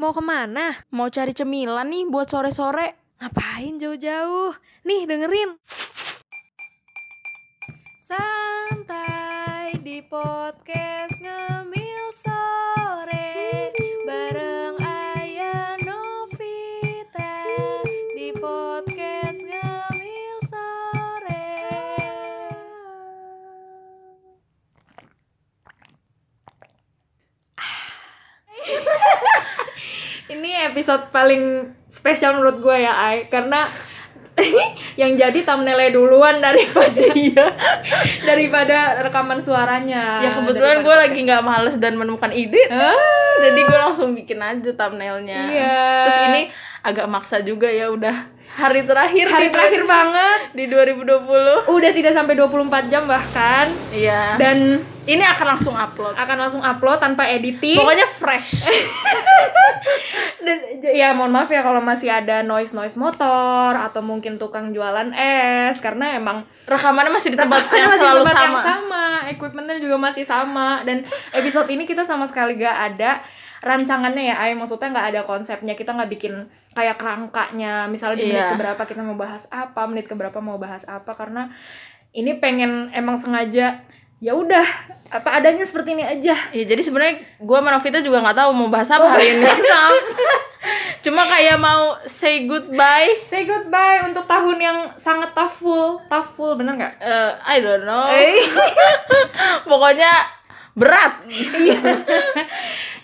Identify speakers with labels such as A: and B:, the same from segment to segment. A: Mau kemana?
B: Mau cari cemilan nih buat sore-sore.
A: Ngapain jauh-jauh? Nih dengerin. Santai di podcast ngemil sore bareng Aya Novita di podcast ngemil sore.
B: Ini episode paling spesial menurut gue ya, Ai. Karena yang jadi thumbnailnya duluan daripada
C: Iya.
B: daripada rekaman suaranya.
C: Ya kebetulan gue lagi nggak males dan menemukan ide,
B: Ah,
C: jadi gue langsung bikin aja thumbnailnya.
B: Iya.
C: Terus ini agak maksa juga ya udah hari terakhir
B: hari
C: di-
B: terakhir banget.
C: di 2020.
B: Udah tidak sampai 24 jam bahkan
C: Iya.
B: dan Ah,
C: Ini akan langsung upload.
B: akan langsung upload tanpa editing.
C: Pokoknya fresh.
B: Dan- ya mohon maaf ya kalau masih ada noise noise motor atau mungkin tukang jualan es karena emang
C: Rekamannya masih di tempat
B: Karena
C: yang
B: masih
C: selalu
B: tempat yang
C: sama.
B: sama, equipmentnya juga masih sama dan episode ini kita sama sekali gak ada rancangannya ya, Ay. maksudnya nggak ada konsepnya, kita nggak bikin kayak kerangkanya, misalnya di menit
C: Iya.
B: keberapa kita mau bahas apa, menit keberapa mau bahas apa, karena ini pengen emang sengaja ya udah apa adanya seperti ini aja.
C: Ya jadi sebenarnya gue sama Novita juga nggak tahu mau bahas apa
B: Oh.
C: hari ini. Cuma kayak mau say goodbye.
B: Say goodbye untuk tahun yang sangat toughful, toughful bener nggak?
C: Eh, I don't know.
B: Eh.
C: Pokoknya berat.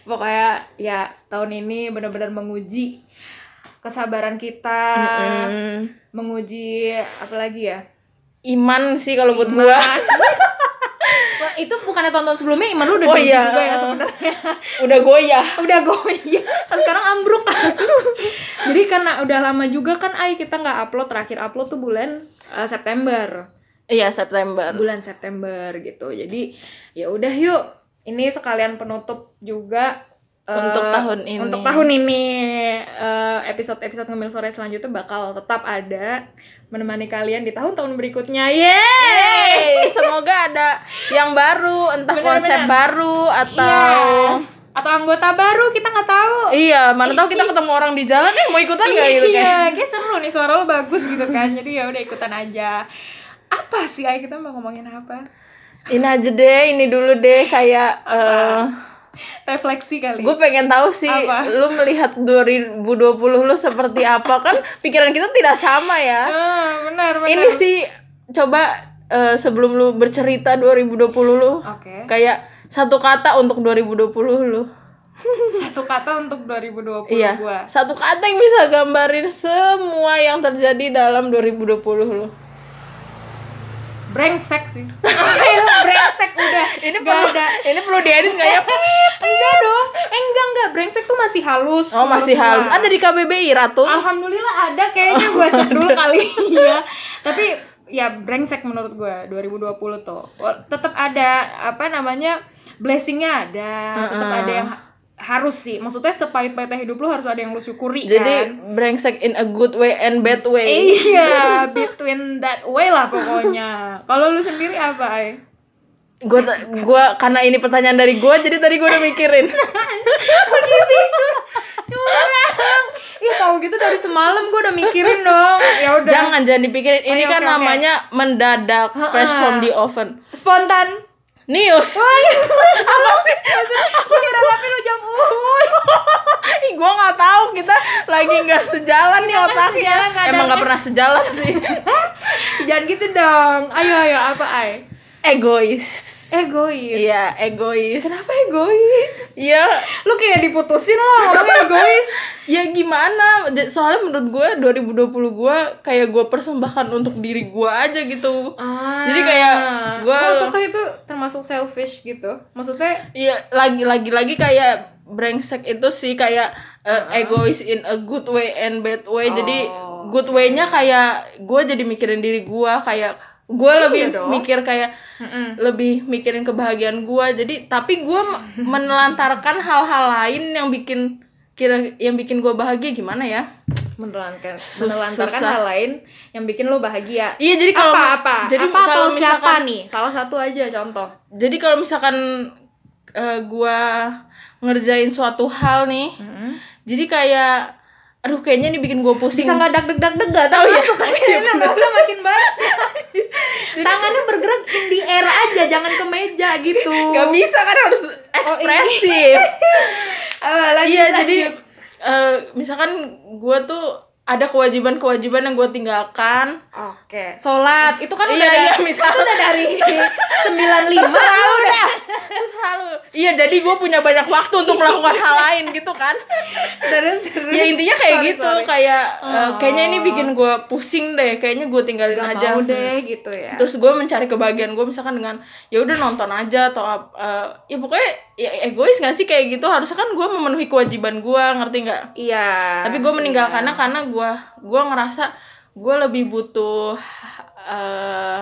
B: pokoknya ya tahun ini benar-benar menguji kesabaran kita
C: Mm.
B: menguji apa lagi ya
C: Iman sih kalau buat gue.
B: Wah, itu bukannya tonton sebelumnya iman lu udah
C: Oh
B: diuji
C: iya.
B: juga ya sebenarnya
C: Udah goyah.
B: udah goyah Terus sekarang ambruk jadi karena udah lama juga kan ay kita nggak upload terakhir upload tuh bulan eh, September
C: Iya September.
B: bulan September gitu jadi ya udah yuk ini sekalian penutup juga eh,
C: Untuk tahun ini.
B: untuk tahun ini eh, episode-episode ngemil sore selanjutnya bakal tetap ada menemani kalian di tahun-tahun berikutnya yeay
C: Yeay, semoga ada yang baru,
B: Benar-benar.
C: entah
B: Iya.
C: konsep baru atau
B: Yes. atau anggota baru kita nggak tahu
C: iya, mana tahu kita ketemu orang di jalan eh mau ikutan nggak gitu kayak.
B: iya kayak seru nih suara lo bagus gitu kan jadi ya udah ikutan aja apa sih ay kita mau ngomongin apa
C: Ini aja deh, ini dulu deh kayak eh
B: refleksi kali
C: gue pengen tahu sih
B: Apa?
C: lu melihat 2020 lu seperti apa kan pikiran kita tidak sama ya.
B: Ah, benar benar
C: Ini sih coba eh, sebelum lu bercerita 2020 lu
B: oke
C: kayak satu kata untuk 2020 lu.
B: satu kata untuk 2020
C: Iya.
B: gua
C: Satu kata yang bisa gambarin semua yang terjadi dalam 2020 lu.
B: brengsek sih Ayo, brengsek udah
C: Ini
B: Nggak
C: perlu
B: ada
C: ini perlu diedit nggak ya?
B: enggak Iya dong eh, enggak enggak brengsek tuh masih halus
C: Oh, masih
B: menurut
C: halus.
B: gua.
C: Ada di KBBI Ratu.
B: alhamdulillah ada kayaknya gua cek dulu kali ya tapi ya brengsek menurut gua 2020 tuh Wa- tetap ada apa namanya blessingnya ada tetap ada yang ha- harus sih maksudnya sepahit-pahitnya hidup lu harus ada yang lu syukuri kan?
C: Jadi eh. brengsek in a good way and bad way.
B: Iya, between that way lah pokoknya. Kalau lu sendiri apa, Ay?
C: Gue gua karena ini pertanyaan dari gue jadi tadi gue udah mikirin.
B: Curang. Ih, tahu gitu dari semalam gue udah mikirin dong. Ya udah.
C: jangan jangan dipikirin. Ini
B: Oke,
C: kan
B: oke, oke.
C: namanya mendadak fresh
B: Ha-ha.
C: from the oven.
B: Spontan.
C: News.
B: Wah, iya. apa sih? Gue berharapin lu jam uhuy.
C: Ih, gua nggak tahu kita lagi nggak sejalan nih otaknya.
B: sejalan, kadang.
C: Emang nggak pernah sejalan sih.
B: Jangan gitu dong. Ayo, ayo, apa, Ay?
C: Egois.
B: Egois.
C: Iya, egois.
B: Kenapa egois?
C: Iya,
B: Lu kayak diputusin lo ngomongnya egois.
C: ya gimana? J- Soalnya menurut gue 2020 gue kayak gue persembahkan untuk diri gue aja gitu.
B: Ah.
C: Jadi kayak gua-
B: Oh, apakah itu termasuk selfish gitu? Maksudnya
C: Iya, lagi lagi lagi kayak brengsek itu sih kayak
B: Ah.
C: uh, egois in a good way and bad way. Jadi
B: Oh, iya.
C: good way-nya kayak gue jadi mikirin diri gue kayak gue lebih
B: Iya dong.
C: mikir kayak
B: Mm-mm.
C: lebih mikirin kebahagiaan gue. Jadi tapi gue menelantarkan hal-hal lain yang bikin kira yang bikin gue bahagia gimana ya?
B: menelantarkan
C: Sus-
B: menelantarkan
C: susah.
B: hal lain yang bikin lo bahagia.
C: Iya, jadi kalau
B: apa apa
C: jadi
B: apa
C: kalau
B: atau siapa
C: misalkan
B: nih salah satu aja contoh
C: jadi kalau misalkan eh, gua ngerjain suatu hal nih jadi kayak aduh kayaknya ini bikin gue pusing
A: bisa nggak dag dag dag dag nggak tahu ya
B: Kayaknya ngerasa makin banyak
A: tangannya bergerak in the air aja jangan ke meja gitu
C: Gak bisa kan harus
B: Oh,
C: ekspresif
B: Eh, lagi
C: iya
B: lagi.
C: jadi eh, misalkan gue tuh ada kewajiban-kewajiban yang gue tinggalkan
B: oke sholat itu kan udah
C: Iya, iya,
B: dari,
C: misal.
B: itu udah dari sembilan lima
C: terserah lu dah terserah lu iya jadi gue punya banyak waktu untuk melakukan hal lain gitu kan
B: terus terus
C: ya intinya kayak
B: Sorry,
C: gitu
B: sorry. Oh.
C: kayak eh, kayaknya ini bikin gue pusing deh kayaknya gue tinggalin
B: Nggak
C: aja
B: mau deh gitu ya
C: terus gue mencari kebahagiaan gue misalkan dengan ya udah nonton aja atau ap- eh, ya pokoknya ya egois gak sih kayak gitu harusnya kan gue memenuhi kewajiban gue ngerti nggak
B: iya
C: tapi gue meninggalkannya karena gue gue ngerasa gue lebih butuh eh,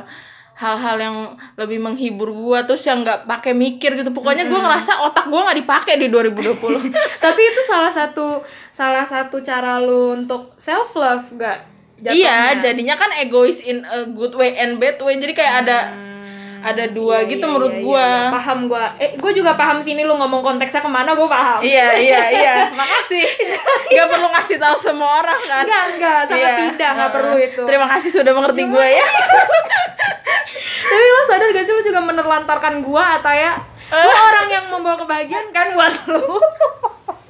C: hal-hal yang lebih menghibur gue terus yang nggak pakai mikir gitu pokoknya gue ngerasa otak gue nggak dipakai di 2020
B: tapi itu salah satu salah satu cara lu untuk self love gak
C: iya jadinya kan egois in a good way and bad way jadi kayak ada
B: Hmm.
C: ada
B: Iya,
C: dua gitu menurut gue
B: paham gue eh gue juga paham sini lu ngomong konteksnya kemana gue paham
C: iya iya iya makasih nggak perlu ngasih tahu semua orang kan
B: enggak enggak sangat
C: Iya.
B: tidak nggak
C: Heeh.
B: perlu itu
C: terima kasih sudah mengerti gue ya
B: tapi lo sadar gak sih lo juga menerlantarkan gue atau ya Gua
C: Eh.
B: orang yang membawa kebahagiaan kan buat lo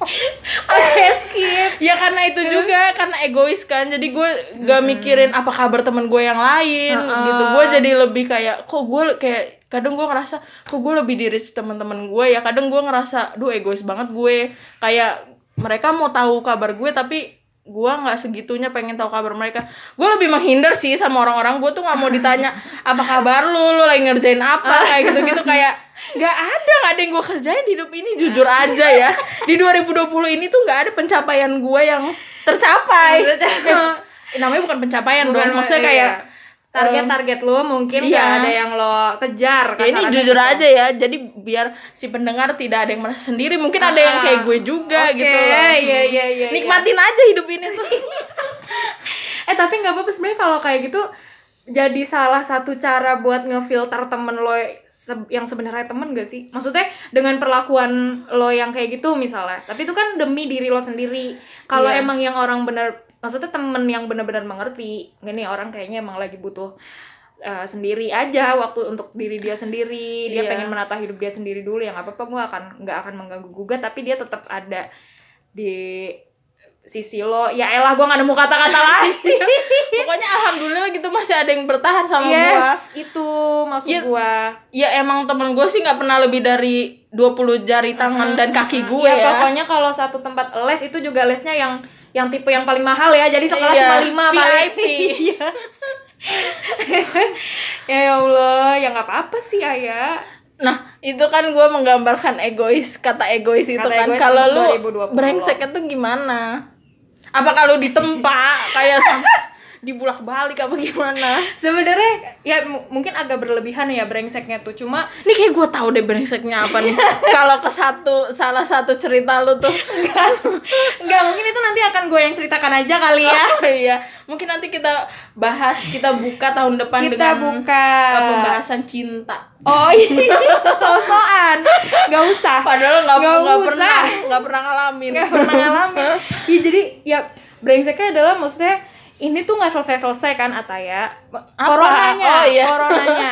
B: oke skip
C: Ya karena itu juga karena egois kan. Jadi gue gak mikirin apa kabar teman gue yang lain gitu. Gue jadi lebih kayak kok gue le- kayak kadang gue ngerasa kok gue lebih di reach teman-teman gue ya. Kadang gue ngerasa duh egois banget gue. Kayak mereka mau tahu kabar gue tapi gue nggak segitunya pengen tahu kabar mereka gue lebih menghindar sih sama orang-orang gue tuh nggak mau ditanya apa kabar lu lu lagi ngerjain apa kayak gitu gitu kayak nggak ada nggak ada yang gue kerjain di hidup ini jujur aja ya di 2020 ini tuh nggak ada pencapaian gue yang tercapai Eh, namanya bukan
B: Bukan,
C: pencapaian dong maksudnya
B: iya.
C: kayak
B: target-target lo mungkin
C: iya.
B: gak ada yang lo kejar
C: ya ini
B: kasarannya
C: jujur
B: gitu.
C: aja ya jadi biar si pendengar tidak ada yang merasa sendiri mungkin ada yang kayak gue juga
B: Ah, Oke,
C: gitu loh
B: iya, iya, iya,
C: nikmatin aja hidup ini tuh
B: eh tapi nggak apa-apa sebenarnya kalau kayak gitu jadi salah satu cara buat ngefilter temen lo se- yang sebenarnya temen gak sih maksudnya dengan perlakuan lo yang kayak gitu misalnya tapi itu kan demi diri lo sendiri kalau
C: Iya.
B: emang yang orang bener maksudnya temen yang bener-bener mengerti ini orang kayaknya emang lagi butuh eh, sendiri aja waktu untuk diri dia sendiri dia
C: Iya.
B: pengen menata hidup dia sendiri dulu yang apa apa gue akan nggak akan mengganggu gugat tapi dia tetap ada di sisi lo ya elah gue nggak nemu kata-kata lagi
C: pokoknya alhamdulillah gitu masih ada yang bertahan sama gue
B: yes itu maksud
C: Ya,
B: gue
C: ya emang temen gue sih nggak pernah lebih dari 20 jari tangan dan kaki gue
B: ya,
C: ya,
B: pokoknya kalau satu tempat les itu juga lesnya yang yang tipe yang paling mahal ya jadi sekelas
C: Iya,
B: cuma lima paling
C: VIP.
B: Iya. ya Allah ya nggak apa-apa sih ayah
C: nah itu kan gue menggambarkan egois kata egois itu
B: Kata
C: kan
B: egois
C: kalau
B: tahun
C: lu
B: 2020.
C: brengseknya tuh gimana apa kalau ditempa kayak sam- dibulak balik apa gimana
B: sebenarnya ya mu- mungkin agak berlebihan ya brengseknya tuh cuma
C: ini kayak gue tahu deh brengseknya apa nih kalau ke satu salah satu cerita lu tuh
B: nggak mungkin itu nanti akan gue yang ceritakan aja kali ya
C: Oh, iya mungkin nanti kita bahas kita buka tahun depan
B: kita
C: dengan
B: buka
C: eh, pembahasan cinta
B: oh iya sosokan nggak usah
C: Padahal nggak
B: Ah, Nggak
C: nggak
B: usah.
C: pernah nggak pernah ngalamin.
B: nggak pernah ngalamin ya jadi ya brengseknya adalah maksudnya ini tuh nggak selesai selesai kan Ataya coronanya
C: Oh, iya.
B: coronanya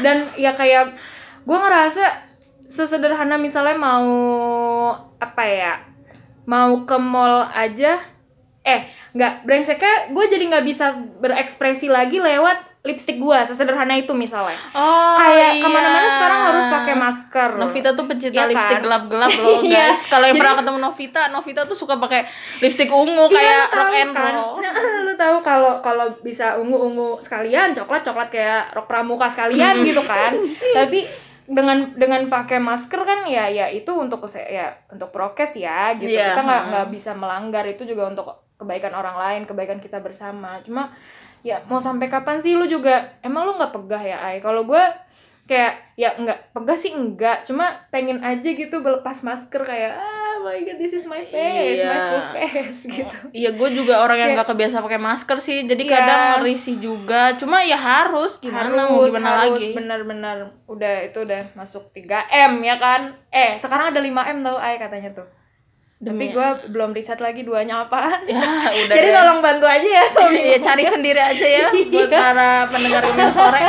B: dan ya kayak gue ngerasa sesederhana misalnya mau apa ya mau ke mall aja eh nggak brengseknya gue jadi nggak bisa berekspresi lagi lewat lipstick gue sesederhana itu misalnya
C: Oh,
B: kayak
C: iya.
B: kemana-mana sekarang harus pakai masker
C: Novita tuh pencinta
B: Iya kan?
C: lipstick gelap-gelap loh
B: Iya.
C: guys. Kalau yang pernah ketemu Novita, Novita tuh suka pakai lipstick ungu
B: Iya, lu
C: kayak rock
B: tahu
C: and
B: kan?
C: roll.
B: Nah, lu tahu kalau kalau bisa ungu-ungu sekalian, coklat-coklat kayak rok pramuka sekalian gitu kan. Tapi dengan dengan pakai masker kan ya ya itu untuk kese- ya untuk prokes ya gitu.
C: Iya,
B: Kita nggak
C: ha.
B: nggak bisa melanggar itu juga untuk kebaikan orang lain, kebaikan kita bersama. Cuma ya mau sampai kapan sih lu juga emang lu nggak pegah ya ay kalau gue kayak ya nggak pegah sih enggak cuma pengen aja gitu berlepas masker kayak ah my god this is my face my
C: Iya.
B: full face gitu
C: Iya, gue juga orang yang
B: Kayak-
C: gak kebiasa pakai masker sih. Jadi
B: Iya.
C: kadang risih juga. Cuma ya harus gimana mau gimana lagi.
B: benar-benar udah itu udah masuk 3 m ya kan eh sekarang ada 5 m tau ay katanya tuh Tapi gue belum riset lagi duanya apa.
C: ya udah
B: Jadi
C: deh.
B: tolong bantu aja ya suami.
C: ya cari sendiri aja ya
B: Iya.
C: buat para pendengar Gemil sore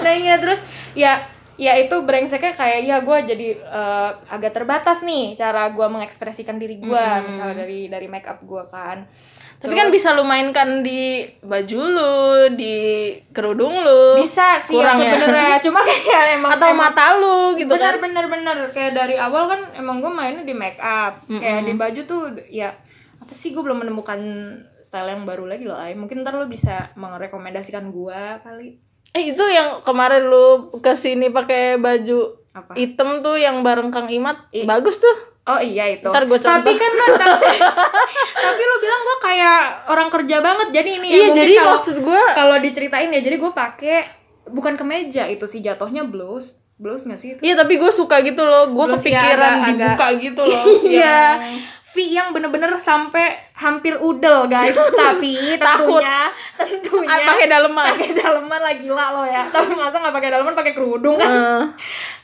B: nah iya terus ya ya itu brengseknya kayak ya gue jadi eh, agak terbatas nih cara gue mengekspresikan diri gue misalnya dari dari make up gue kan
C: tapi kan bisa lu mainkan di baju lu di kerudung lu
B: bisa sih
C: kurang
B: ya
C: ya?
B: sebenarnya cuma kayak emang
C: atau
B: emang-
C: mata lu gitu
B: bener
C: kan
B: bener bener kayak dari awal kan emang gue mainnya di make up kayak di baju tuh ya apa sih gue belum menemukan style yang baru lagi loh Ay. mungkin ntar lo bisa merekomendasikan gue kali
C: eh itu yang kemarin lu kesini pakai baju
B: Apa?
C: hitam tuh yang bareng Kang Imat bagus tuh
B: Oh iya itu.
C: Ntar gua contoh.
B: Tapi kan lo- tapi, tapi lo bilang gue kayak orang kerja banget jadi ini ya,
C: iya
B: mungkin
C: jadi
B: kalau-
C: maksud gua
B: kalau diceritain ya jadi gue pakai bukan kemeja itu sih jatuhnya blouse blouse nggak sih itu?
C: Iya tapi gue suka gitu loh, gue
B: Terus ya
C: kepikiran
B: agak-
C: dibuka gitu loh.
B: Iya.
C: Yang-
B: V yang bener-bener sampai hampir udel guys tapi
C: Takut.
B: tentunya tentunya
C: Ah, pakai daleman.
B: Iya. pakai daleman lagi gila lo ya tapi masa nggak pakai daleman pakai kerudung kan
C: Eh,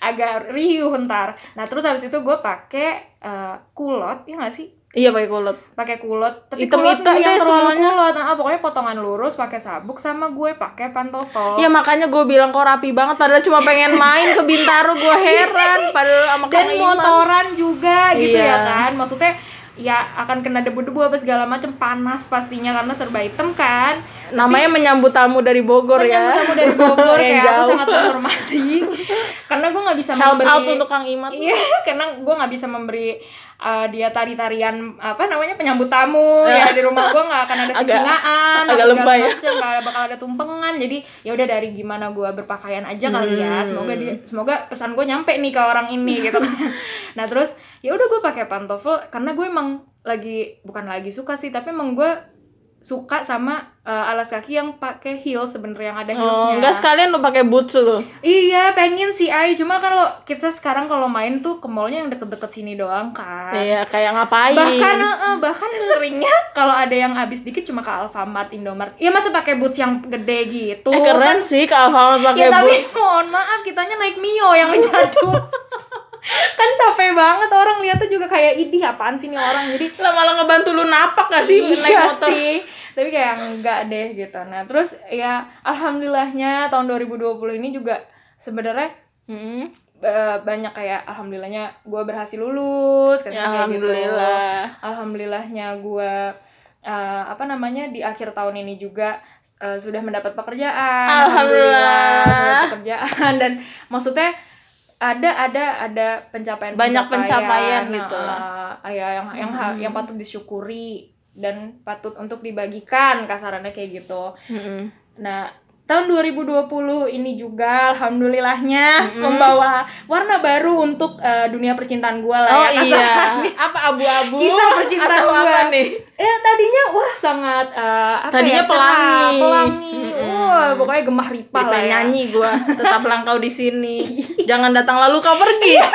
B: agak riuh ntar nah terus habis itu gue pakai eh, kulot ya nggak sih
C: iya pakai kulot.
B: pakai kulot tapi kulot
C: Hitam-hitam
B: nggak yang
C: deh
B: terlalu
C: semuanya.
B: kulot nah, pokoknya potongan lurus pakai sabuk sama gue pakai pantofel
C: Iya makanya gue bilang kok rapi banget, padahal cuma pengen main ke Bintaro gue heran, padahal sama
B: dan
C: Kang Iman.
B: motoran juga gitu
C: Iya.
B: ya kan maksudnya ya akan kena debu-debu apa segala macam panas pastinya karena serba hitam kan
C: Namanya menyambut tamu dari Bogor ya.
B: kamu dari Bogor
C: Yang
B: kayak aku
C: jauh.
B: sangat menghormati karena gue nggak bisa
C: Shout
B: memberi
C: out untuk Kang Imat.
B: iya karena gue nggak bisa memberi uh, dia tari-tarian apa namanya penyambut tamu ya di rumah gue nggak akan ada
C: Ah. Agak-
B: kesingaan
C: agak
B: apa segala
C: lebay ya.
B: macam, nggak bakal ada tumpengan jadi ya udah dari gimana gue berpakaian aja kali ya
C: Hmm.
B: semoga dia semoga pesan gue nyampe nih ke orang ini gitu nah terus ya udah gue pakai pantofel karena gue emang lagi bukan lagi suka sih tapi emang gue suka sama uh, alas kaki yang pakai heels sebenarnya yang ada
C: Oh,
B: heelsnya
C: enggak sekalian lu pakai boots lu.
B: Iya pengen sih Ai Cuma kan lo kita sekarang kalau main tuh ke mallnya yang deket-deket sini doang kan
C: Iya, kayak ngapain?
B: Bahkan eh, bahkan seringnya kalau ada yang habis dikit cuma ke Alfamart, Indomart Ya masa pakai boots yang gede gitu
C: eh, keren
B: Kan-
C: sih Kak Alfamart
B: Ya
C: pakai
B: tapi
C: boots.
B: mohon maaf kitanya naik Mio yang jatuh Kan capek banget orang lihatnya juga kayak idih apaan sih nih orang Jadi
C: Lah malah ngebantu lu napak gak sih naik
B: iya
C: motor?
B: sih tapi kayak enggak deh gitu nah terus ya alhamdulillahnya tahun 2020 ini juga sebenarnya
C: Hmm,
B: eh, banyak kayak alhamdulillahnya gue berhasil lulus kayak kayak
C: ya,
B: gitu.
C: alhamdulillah.
B: alhamdulillahnya gue eh, apa namanya di akhir tahun ini juga eh, sudah mendapat pekerjaan
C: Alhamdulillah.
B: sudah pekerjaan dan maksudnya ada ada ada pencapaian
C: Banyak pencapaian gitu lah. Hmm.
B: ya yang yang ha- yang patut disyukuri dan patut untuk dibagikan kasarannya kayak gitu
C: Mm-mm.
B: Nah, tahun 2020 ini juga alhamdulillahnya membawa warna baru untuk eh, dunia percintaan gua lah
C: Oh
B: ya.
C: iya,
B: kasarannya.
C: apa abu-abu?
B: Kisah percintaan
C: atau
B: gua.
C: apa nih?
B: Eh tadinya wah sangat eh, apa
C: Tadinya
B: ya, cerah,
C: pelangi.
B: pelangi.
C: Mm-mm.
B: Wah, pokoknya gemah ripah lah
C: Pengen
B: ya.
C: nyanyi gua, tetap langkau di sini. Jangan datang lalu kau pergi.
B: Iya.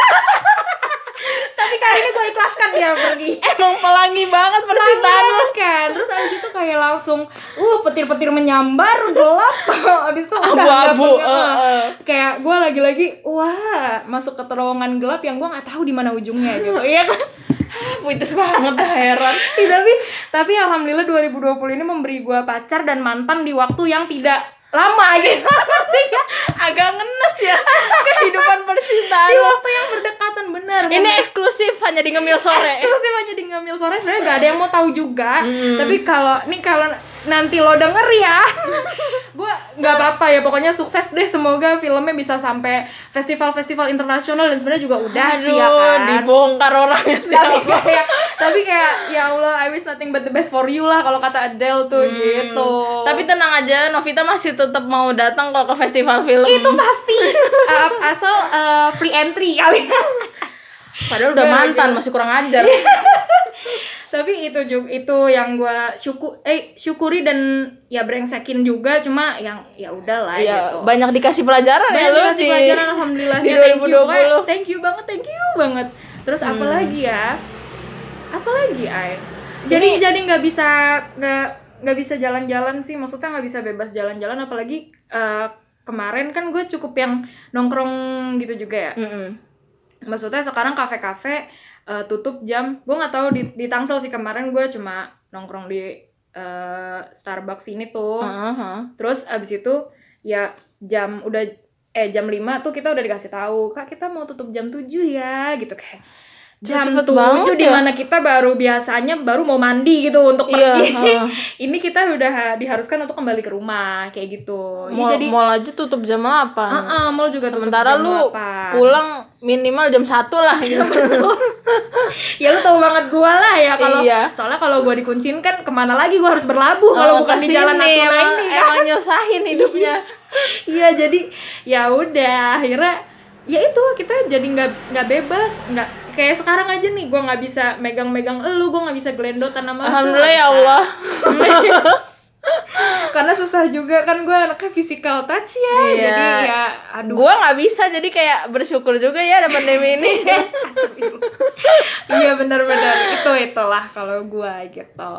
B: Tapi kali ini gue ikhlaskan dia pergi.
C: Emang pelangi banget percintaan.
B: Tangan kan terus abis itu kayak langsung uh petir-petir menyambar gelap abis itu udah
C: Abu-abu,
B: nggak punya-
C: eh, eh.
B: kayak gue lagi-lagi wah masuk ke terowongan gelap yang gue nggak tahu di mana ujungnya gitu iya kan
C: Puitis banget dah, heran.
B: Ih, Iya, tapi tapi alhamdulillah 2020 ini memberi gue pacar dan mantan di waktu yang tidak lama gitu
C: Agak ngenes ya kehidupan percintaan
B: di
C: lo.
B: waktu yang berdekatan bener
C: Ini eksklusif hanya di ngemil sore.
B: terus dia mah jadi ngambil sore sebenarnya gak ada yang mau tahu juga tapi kalau nih kalau nanti lo denger ya gue nggak apa-apa ya pokoknya sukses deh semoga filmnya bisa sampai festival-festival internasional dan sebenarnya juga udah sih ya
C: Aduh,
B: kan
C: dibongkar orangnya sih.
B: tapi kayak tapi kayak ya Allah I wish nothing but the best for you lah kalau kata Adele tuh gitu
C: Tapi tenang aja, Novita masih tetap mau datang kok ke festival film.
B: itu pasti Uh, asal uh, free entry kali
C: Padahal udah mantan,
B: iya.
C: masih kurang ajar.
B: tapi itu juga itu yang gua syukur eh syukuri dan ya brengsekin juga cuma yang ya udahlah
C: Iya,
B: gitu
C: banyak dikasih pelajaran ya
B: banyak
C: lu
B: dikasih
C: di
B: pelajaran alhamdulillah
C: di 2020.
B: thank you banget thank you banget terus apa
C: Hmm.
B: lagi ya apa lagi ay jadi jadi nggak bisa nggak nggak bisa jalan-jalan sih maksudnya nggak bisa bebas jalan-jalan apalagi eh, kemarin kan gue cukup yang nongkrong gitu juga ya
C: Mm-mm.
B: maksudnya sekarang kafe-kafe eh, tutup jam gue nggak tahu di, di Tangsel sih kemarin gue cuma nongkrong di eh, Starbucks ini tuh
C: Heeh.
B: terus abis itu ya jam udah eh jam 5 tuh kita udah dikasih tahu kak kita mau tutup jam 7 ya gitu kayak jam
C: Cepet-cepet
B: 7
C: banget
B: di
C: ya.
B: mana kita baru biasanya baru mau mandi gitu untuk
C: Iya,
B: pergi
C: heeh.
B: ini kita udah ha- diharuskan untuk kembali ke rumah kayak gitu Ini
C: Mall,
B: jadi
C: mall aja tutup jam 8.
B: Heeh, mall juga tutup
C: Sementara
B: jam
C: lu
B: 8.
C: pulang minimal jam 1 lah
B: Iya,
C: gitu.
B: ya lu tahu banget gua lah ya kalau
C: Iya.
B: soalnya kalau gua dikuncin kan kemana lagi gua harus berlabuh kalau
C: Oh,
B: bukan di
C: kesini,
B: jalan Natuna
C: emang,
B: ini
C: emang nyusahin hidupnya.
B: iya jadi ya udah akhirnya ya itu kita jadi nggak nggak bebas nggak kayak sekarang aja nih gua nggak bisa megang-megang elu gua nggak bisa gelendotan sama lu,
C: Alhamdulillah
B: nggak
C: ya
B: bisa.
C: Allah.
B: karena susah juga kan gua anaknya physical touch ya
C: Iya.
B: jadi ya aduh
C: Gua nggak bisa jadi kayak bersyukur juga ya ada pandemi ini.
B: iya benar-benar itu itulah kalau gua gitu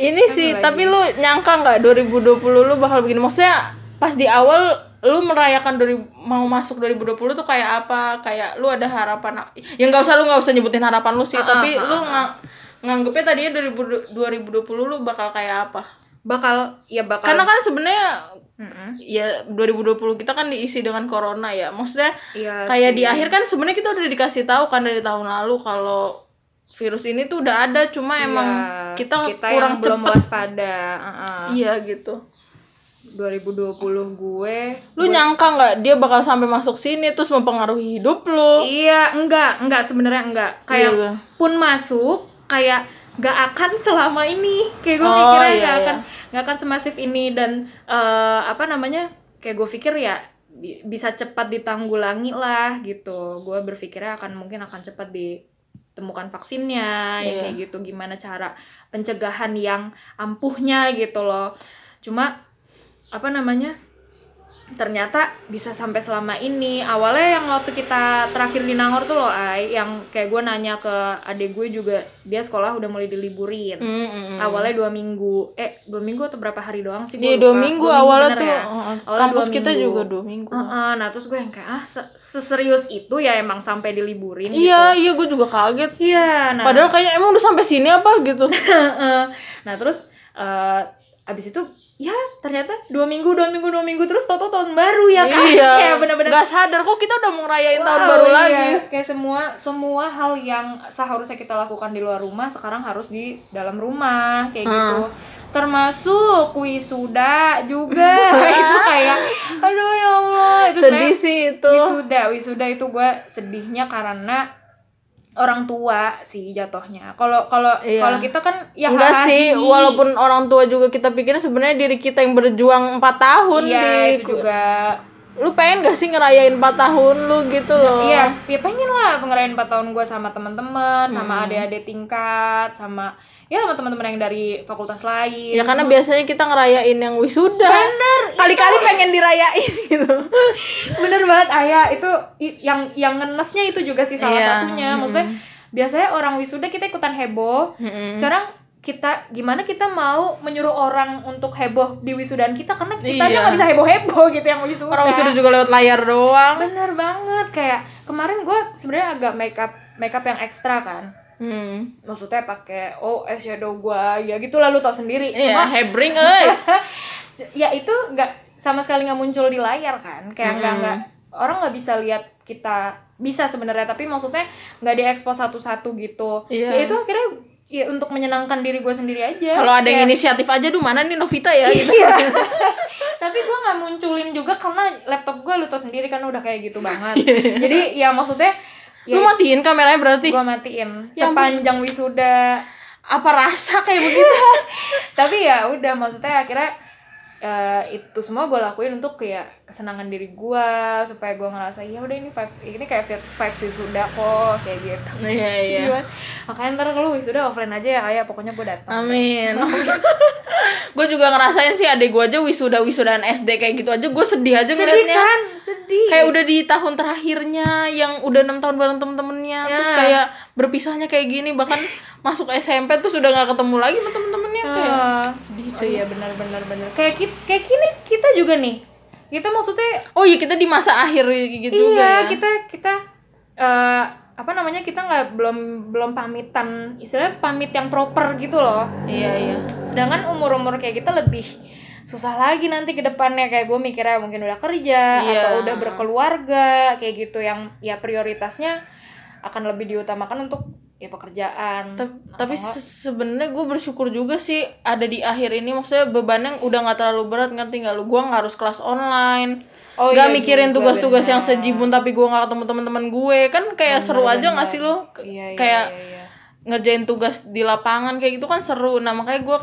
C: ini sih, tapi lu nyangka nggak 2020 lu bakal begini? Maksudnya pas di awal lu merayakan 2000 mau masuk 2020 tuh kayak apa? Kayak lu ada harapan a- Ya nggak usah lu nggak usah nyebutin harapan lu sih, tapi
B: Ah,
C: lu nggak nganggepnya tadinya 2000 2020 lu bakal kayak apa?
B: bakal ya bakal
C: Karena kan sebenarnya
B: Mm-mm.
C: ya 2020 kita kan diisi dengan corona ya. Maksudnya
B: Iya sih.
C: kayak di akhir kan sebenarnya kita udah dikasih tahu kan dari tahun lalu kalau virus ini tuh udah ada cuma emang
B: Iya,
C: kita,
B: yang
C: kurang
B: belum
C: cepet
B: waspada heeh.
C: iya gitu
B: 2020 gue
C: lu nyangka nggak dia bakal sampai masuk sini terus mempengaruhi hidup lu
B: iya enggak enggak sebenarnya enggak kayak
C: Iya.
B: pun masuk kayak nggak akan selama ini kayak gue
C: Oh,
B: mikirnya
C: iya,
B: nggak
C: iya.
B: akan nggak akan semasif ini dan eh, apa namanya kayak gue pikir ya bi- bisa cepat ditanggulangi lah gitu gue berpikirnya akan mungkin akan cepat ditemukan vaksinnya ya
C: Iya.
B: kayak gitu gimana cara pencegahan yang ampuhnya gitu loh cuma apa namanya ternyata bisa sampai selama ini awalnya yang waktu kita terakhir di Nangor tuh loh Ai yang kayak gue nanya ke adik gue juga dia sekolah udah mulai diliburin
C: Mm, mm, mm.
B: awalnya dua minggu eh dua minggu atau berapa hari doang sih
C: Iya,
B: gue
C: dua minggu awalnya tuh uh,
B: ya? Awalnya
C: kampus
B: dua
C: kita
B: minggu.
C: juga dua minggu
B: nah terus gue yang kayak ah se- seserius itu ya emang sampai diliburin
C: iya
B: gitu
C: iya gue juga kaget
B: iya nah
C: padahal kayaknya emang udah sampai sini apa gitu
B: Heeh. nah terus eh, abis itu ya ternyata dua minggu dua minggu dua minggu terus toto tahun baru ya kan
C: iya
B: kayak bener-bener
C: Nggak sadar kok kita udah mau ngerayain tahun
B: Wow,
C: baru
B: iya.
C: lagi
B: kayak semua semua hal yang seharusnya kita lakukan di luar rumah sekarang harus di dalam rumah kayak gitu termasuk wisuda juga itu kayak aduh ya allah itu
C: sedih
B: sebenarnya
C: sih itu
B: wisuda wisuda itu gue sedihnya karena orang tua sih jatuhnya kalau kalau
C: Iya.
B: kalau kita kan ya
C: Enggak
B: hahaha.
C: sih, walaupun orang tua juga kita pikirnya sebenarnya diri kita yang berjuang 4 tahun
B: iya
C: di
B: itu juga
C: lu pengen gak sih ngerayain 4 tahun lu gitu loh.
B: Iya, ya pengen lah ngerayain 4 tahun gue sama teman-teman,
C: Hmm.
B: sama adik-adik tingkat, sama ya sama teman-teman yang dari fakultas lain.
C: Ya karena biasanya kita ngerayain yang wisuda. Bener. Kali-kali pengen dirayain gitu.
B: bener banget ayah itu i- yang yang ngenesnya itu juga sih salah
C: Iya,
B: satunya. Maksudnya biasanya orang wisuda kita ikutan heboh.
C: Hmm.
B: Sekarang kita gimana kita mau menyuruh orang untuk heboh di wisudaan kita karena kita aja
C: Iya.
B: nggak bisa heboh-heboh gitu yang wisuda.
C: Orang wisuda juga lewat layar doang.
B: bener banget kayak kemarin gue sebenarnya agak make up make up yang ekstra kan.
C: Hmm.
B: maksudnya pakai oh eyeshadow gua ya gitu lah lu tau sendiri
C: Iya,
B: cuma
C: hebring euy.
B: ya itu nggak sama sekali nggak muncul di layar kan kayak nggak nggak orang nggak bisa lihat kita bisa sebenarnya tapi maksudnya nggak diekspos satu-satu gitu
C: Iya.
B: ya itu akhirnya ya untuk menyenangkan diri gue sendiri aja
C: Kalau ada yang
B: Kayak-
C: inisiatif aja duh mana nih Novita ya
B: Iya,
C: gitu.
B: tapi gue nggak munculin juga karena laptop gue lu tau sendiri kan udah kayak gitu banget jadi ya maksudnya ya,
C: Iya. Lu matiin kameranya berarti.
B: gue matiin
C: Ya ampun.
B: sepanjang wisuda
C: Apa rasa kayak begitu?
B: tapi ya udah maksudnya akhirnya eh, itu semua gue lakuin untuk kayak kesenangan diri gue supaya gue ngerasa ya udah ini vibe ini kayak vi- vibes wisuda kok kayak gitu
C: Iya, iya.
B: Gimana? makanya ntar kalau wisuda offline aja ya ayah pokoknya gue datang
C: Amin. gue juga ngerasain sih adek gue aja wisuda wisudaan SD kayak gitu aja gue sedih aja
B: sedih
C: ngeliatnya.
B: kan sedih
C: Kayak udah di tahun terakhirnya yang udah enam tahun bareng temen-temennya
B: Ya.
C: terus kayak berpisahnya kayak gini bahkan masuk SMP terus udah nggak ketemu lagi sama temen-temennya kayak
B: Eh,
C: sedih
B: oh
C: sih.
B: iya benar benar benar kayak kita kayak kini kita juga nih kita maksudnya
C: Oh iya kita di masa akhir gitu juga
B: iya
C: ya.
B: kita kita eh, apa namanya kita nggak belum belum pamitan istilahnya pamit yang proper gitu loh
C: iya iya
B: sedangkan umur umur kayak kita lebih susah lagi nanti ke depannya kayak gue mikirnya mungkin udah kerja
C: Iya.
B: atau udah berkeluarga kayak gitu yang ya prioritasnya akan lebih diutamakan untuk ya pekerjaan
C: Ta- tapi
B: Atau
C: se- sebenarnya gue bersyukur juga sih ada di akhir ini maksudnya bebannya udah nggak terlalu berat ngerti nggak lu gue nggak harus kelas online
B: Oh, iya
C: nggak mikirin
B: juga,
C: tugas-tugas yang
B: benar.
C: sejibun tapi gue nggak ketemu teman-teman gue kan kayak seru aja nggak sih lu K-
B: Iya, iya,
C: kayak
B: iya, iya.
C: ngerjain tugas di lapangan kayak gitu kan seru nah makanya gue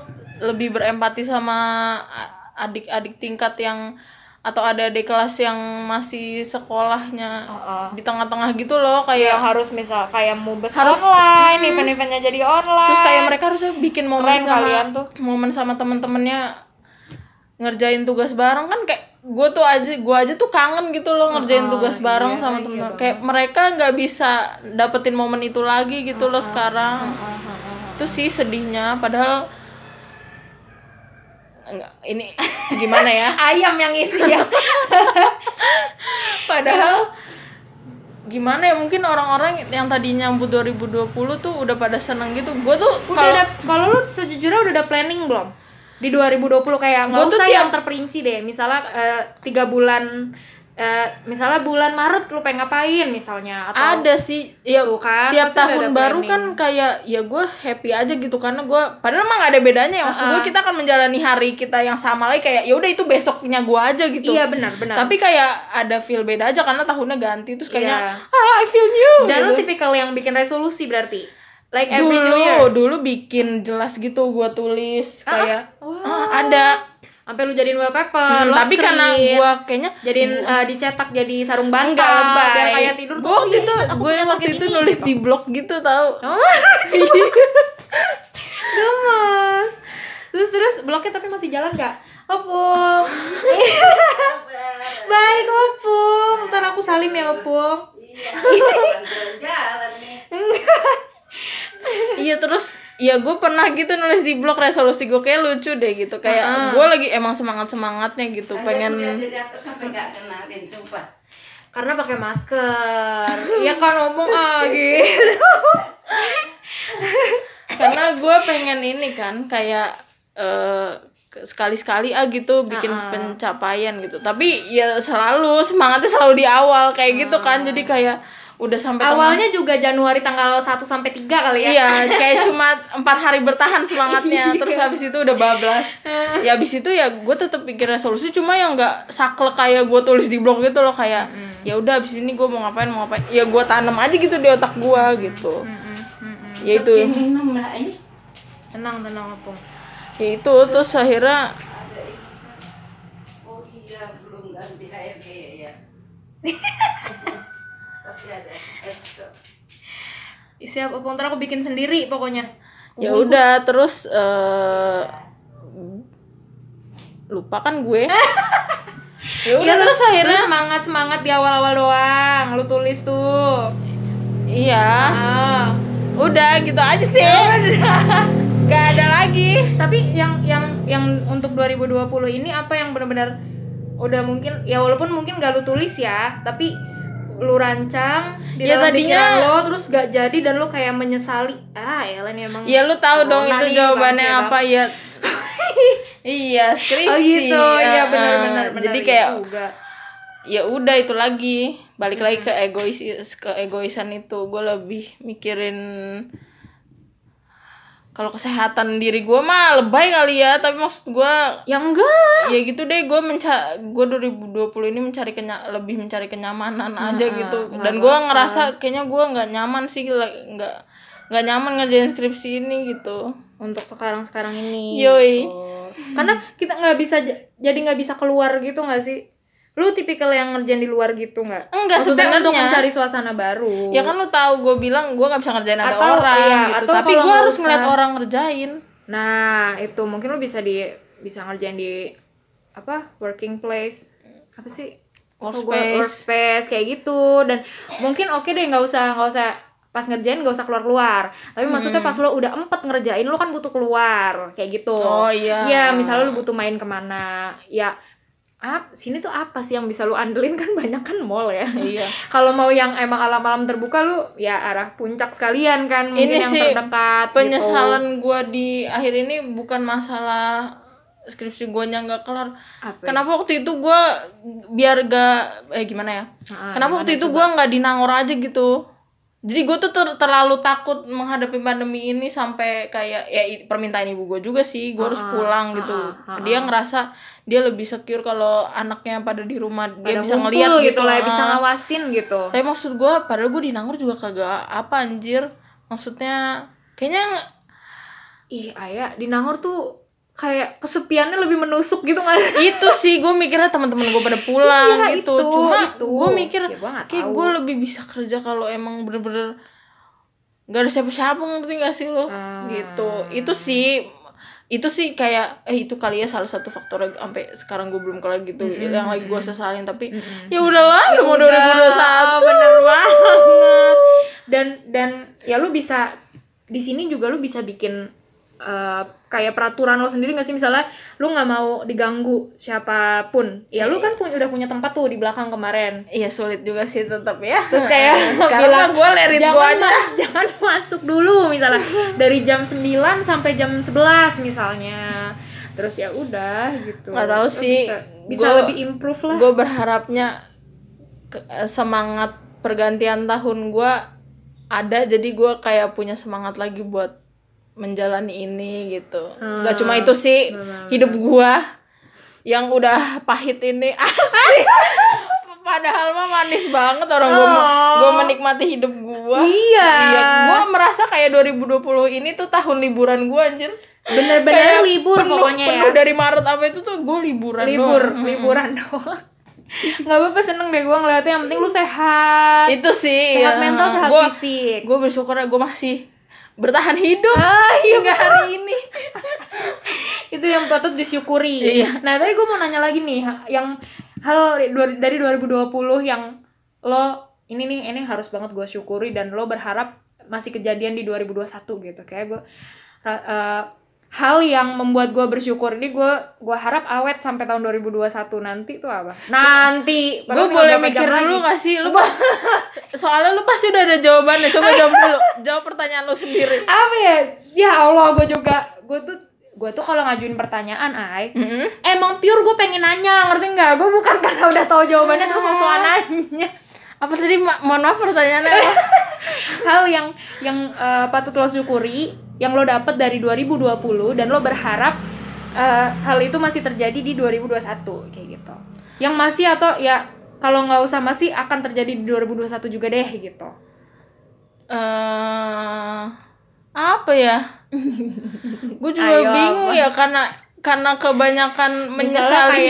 C: lebih berempati sama a- adik-adik tingkat yang atau ada adik kelas yang masih sekolahnya
B: Heeh.
C: di tengah-tengah gitu loh
B: yang
C: kayak
B: harus misal kayak mubes
C: Harus-
B: online event-eventnya jadi online
C: terus kayak mereka harusnya bikin momen
B: Keren
C: sama
B: kalian tuh.
C: momen sama temen-temennya ngerjain tugas bareng kan kayak gue tuh aja gua aja tuh kangen gitu loh
B: Ah,
C: ngerjain tugas
B: iya,
C: bareng sama temen kayak mereka nggak bisa dapetin momen itu lagi
B: Ah,
C: gitu loh sekarang itu sih sedihnya padahal Enggak, ini gimana ya
B: ayam yang isi ya
C: Padahal gimana ya mungkin orang-orang yang tadi nyambut 2020 tuh udah pada seneng gitu. Gue tuh
B: Udah
C: kalau
B: ada- kalau lu sejujurnya udah ada planning belum di 2020 kayak nggak
C: Gua tuh
B: usah
C: tiap-
B: yang terperinci deh misalnya eh, tiga bulan eh, misalnya bulan Maret lu pengen ngapain misalnya atau
C: ada sih ya
B: Tuh kan,
C: tiap
B: pasti udah ada
C: tahun baru kan
B: planning.
C: kayak ya gue happy aja gitu karena gue padahal emang gak ada bedanya ya maksud gue kita akan menjalani hari kita yang sama lagi kayak ya udah itu besoknya gue aja gitu.
B: iya benar benar
C: Tapi kayak ada feel beda aja karena tahunnya ganti terus
B: Iya.
C: kayaknya ah I feel new.
B: dan
C: gitu.
B: lu tipikal yang bikin resolusi berarti like every new
C: dulu
B: year
C: dulu bikin jelas gitu gue tulis kayak "Ah, ada
B: sampai lu jadiin wallpaper
C: Hmm,
B: lock
C: tapi karena
B: Ah, screen,
C: gue kayaknya
B: jadiin eh, dicetak jadi sarung bantal
C: enggak lebay.
B: biar kayak tidur
C: gue
B: oh,
C: waktu
B: iya,
C: itu
B: aku
C: gue
B: punya
C: waktu
B: target
C: itu
B: ini,
C: nulis
B: gitu.
C: di blog gitu tau.
B: Oh,
C: Iya.
B: gemes. Terus terus bloknya tapi masih jalan nggak? Opung. Baik Opung. Ntar aku salim ya Opung.
D: Iya, bukan jalan-jalan nih.
C: Iya terus ya gue pernah gitu nulis di blog resolusi gue kayak lucu deh gitu kayak gue lagi emang semangat semangatnya gitu
D: Ada
C: pengen
D: kuliah dari atas sampai nggak kenalin, sumpah.
B: Karena pakai masker. ya kan Opung ah gitu.
C: karena gue pengen ini kan kayak eh, ke- sekali-sekali ah gitu bikin pencapaian gitu tapi ya selalu semangatnya selalu di awal kayak gitu kan jadi kayak udah sampai tengah-
B: Awalnya juga Januari tanggal 1 sampai 3 kali ya.
C: Iya, kayak cuma empat hari bertahan semangatnya, terus habis itu udah bablas. ya habis itu ya gue tetap bikin resolusi, cuma yang nggak saklek kayak gue tulis di blog gitu loh kayak ya udah habis ini gue mau ngapain mau ngapain, ya gue tanam aja gitu di otak gue gitu.
B: Hmm.
C: Ya itu,
D: Ini nambah ini.
B: Tenang tenang Opung.
C: ya itu terus akhirnya
D: Oh iya, belum ganti HRD ya. Tapi ada es kok.
B: Siap Opung, ntar aku bikin sendiri pokoknya.
C: ya udah terus eh lupa kan gue. ya udah terus akhirnya
B: semangat semangat di awal-awal doang. Lu tulis tuh.
C: iya
B: Ah.
C: udah gitu aja sih nggak ada lagi
B: tapi yang yang yang untuk 2020 ini apa yang benar-benar udah mungkin ya walaupun mungkin gak lu tulis ya tapi lu rancang di
C: Ya,
B: dalam
C: tadinya-
B: pikiran lo terus gak jadi dan lu kayak menyesali ah Ellen emang
C: Ya lu tahu
B: corona
C: dong itu
B: nih,
C: jawabannya
B: bangke
C: apa ya. iya, skripsi.
B: oh gitu ya
C: eh,
B: benar-benar
C: eh.
B: benar gitu.
C: Jadi kayak
B: juga.
C: ya udah itu lagi, balik
B: Hmm.
C: lagi ke egois ke egoisan itu. Gue lebih mikirin kalau kesehatan diri gue mah lebay kali ya, tapi maksud gue
B: ya enggak lah.
C: ya gitu deh gue menca gue 2020 ini mencari kenya lebih mencari kenyamanan aja gitu dan gue ngerasa kayaknya gue nggak nyaman sih la- nggak nggak nyaman ngerjain skripsi ini gitu
B: untuk sekarang-sekarang ini
C: Yoi.
B: gitu. karena kita nggak bisa j- jadi nggak bisa keluar gitu nggak sih lu tipikal yang ngerjain di luar gitu nggak
C: Enggak,
B: Maksudnya untuk
C: sebenarnya.
B: mencari suasana baru
C: Ya kan lo tahu gue bilang gue nggak bisa ngerjain ada
B: Atau,
C: orang
B: iya,
C: gitu,
B: atau
C: tapi
B: kalau
C: gue
B: nggak
C: harus
B: usah.
C: ngeliat orang ngerjain.
B: Nah, itu mungkin lu bisa di bisa ngerjain di apa? working place. Apa sih? Apa gua-
C: Workspace.
B: workspace kayak gitu dan mungkin oke deh nggak usah nggak usah pas ngerjain nggak usah keluar-keluar. Tapi maksudnya
C: Hmm.
B: pas lo udah empet ngerjain lo kan butuh keluar kayak gitu.
C: Oh, iya.
B: Iya, misalnya lu butuh main kemana. Ya Ap, sini tuh apa sih yang bisa lu andelin kan banyak kan mall ya.
C: Iya.
B: Kalau mau yang emang alam-alam terbuka lu ya arah puncak sekalian kan mungkin
C: Ini
B: yang
C: sih
B: terdekat gitu.
C: Penyesalan gua di akhir ini bukan masalah skripsi gua yang nggak kelar.
B: Apa?
C: Kenapa waktu itu gua biar gak eh gimana ya?
B: Ah,
C: Kenapa waktu itu gua nggak di Nangor aja gitu? Jadi gue tuh ter- terlalu takut menghadapi pandemi ini sampai kayak ya i- permintaan ibu gue juga sih gue
B: Ah,
C: harus pulang gitu. Dia ngerasa dia lebih secure kalau anaknya pada di rumah dia
B: Pada
C: bisa
B: ngumpul
C: ngeliat gitu,
B: lah, ya,
C: ah.
B: bisa ngawasin gitu.
C: Tapi maksud gue, padahal gue di Nangor juga kagak apa anjir. Maksudnya, kayaknya
B: Ih, ayah di Nangor tuh kayak kesepiannya lebih menusuk gitu kan.
C: itu sih gue mikirnya teman-teman gue pada pulang
B: Iya,
C: gitu.
B: itu,
C: Cuma
B: itu.
C: gue mikir,
B: Ya, gua nggak
C: kayak
B: tahu.
C: gue lebih bisa kerja kalau emang bener-bener gak ada siapa-siapa ngerti gak sih lo gitu itu sih itu sih kayak eh itu kali ya salah satu faktor yang sampai sekarang gue belum kelar gitu yang lagi gue sesalin tapi ya udahlah udah mau 2021
B: bener banget dan dan ya lu bisa di sini juga lu bisa bikin eh, kayak peraturan lo sendiri nggak sih misalnya lu nggak mau diganggu siapapun ya lu kan punya udah punya tempat tuh di belakang kemarin
C: Iya sulit juga sih tetap ya.
B: terus kayak
C: sekarang mah gue lerit gue
B: jangan,
C: aja.
B: ma- jangan masuk dulu misalnya dari jam 9 sampai jam 11 misalnya terus ya udah gitu
C: Nggak tahu
B: Lu
C: sih,
B: bisa, bisa
C: gua-
B: lebih improve lah
C: Gue berharapnya ke- eh, semangat pergantian tahun gue ada jadi gue kayak punya semangat lagi buat menjalani ini gitu. Gak
B: Ah,
C: cuma itu sih hidup gue yang udah pahit ini asli. Padahal mah manis banget orang gue gue menikmati hidup gue.
B: Oh. Iya.
C: Iya. Gue merasa kayak 2020 ini tuh tahun liburan gue anjir.
B: bener-bener
C: Kayak
B: libur
C: penuh,
B: pokoknya ya
C: penuh dari Maret apa itu tuh gue liburan
B: libur
C: doang.
B: liburan doang nggak apa-apa seneng deh gue ngeliatnya yang penting lu sehat
C: itu sih
B: sehat mental sehat
C: gue
B: fisik
C: gue bersyukur gue masih bertahan hidup
B: ah iya
C: hingga hari ini
B: itu yang patut disyukuri
C: Iya.
B: nah tapi gue mau nanya lagi nih ha- yang hal dua- dari 2020 yang lo ini nih ini harus banget gue syukuri dan lo berharap masih kejadian di 2021 gitu kayak gue ra- eh, hal yang membuat gue bersyukur ini gue gue harap awet sampai tahun 2021 nanti tuh apa nanti
C: gue
B: Padahal tinggal
C: boleh
B: berapa jam
C: mikir
B: lagi.
C: dulu gak sih lu pas soalnya lu pasti udah ada jawabannya coba jawab dulu jawab pertanyaan lu sendiri
B: apa ya ya Allah gue juga gue tuh gue tuh kalau ngajuin pertanyaan ay
C: Mm-mm.
B: emang pure gue pengen nanya ngerti nggak gue bukan karena udah tahu jawabannya terus sosokan
C: Ah.
B: nanya
C: apa tadi ma- mohon maaf pertanyaannya apa?
B: hal yang yang eh, patut lo syukuri yang lo dapet dari 2020 dan lo berharap eh, hal itu masih terjadi di 2021 kayak gitu yang masih atau ya kalau nggak usah masih akan terjadi di 2021 juga deh gitu
C: eh apa ya? Gue juga
B: Ayo,
C: bingung ya karena karena kebanyakan menyesali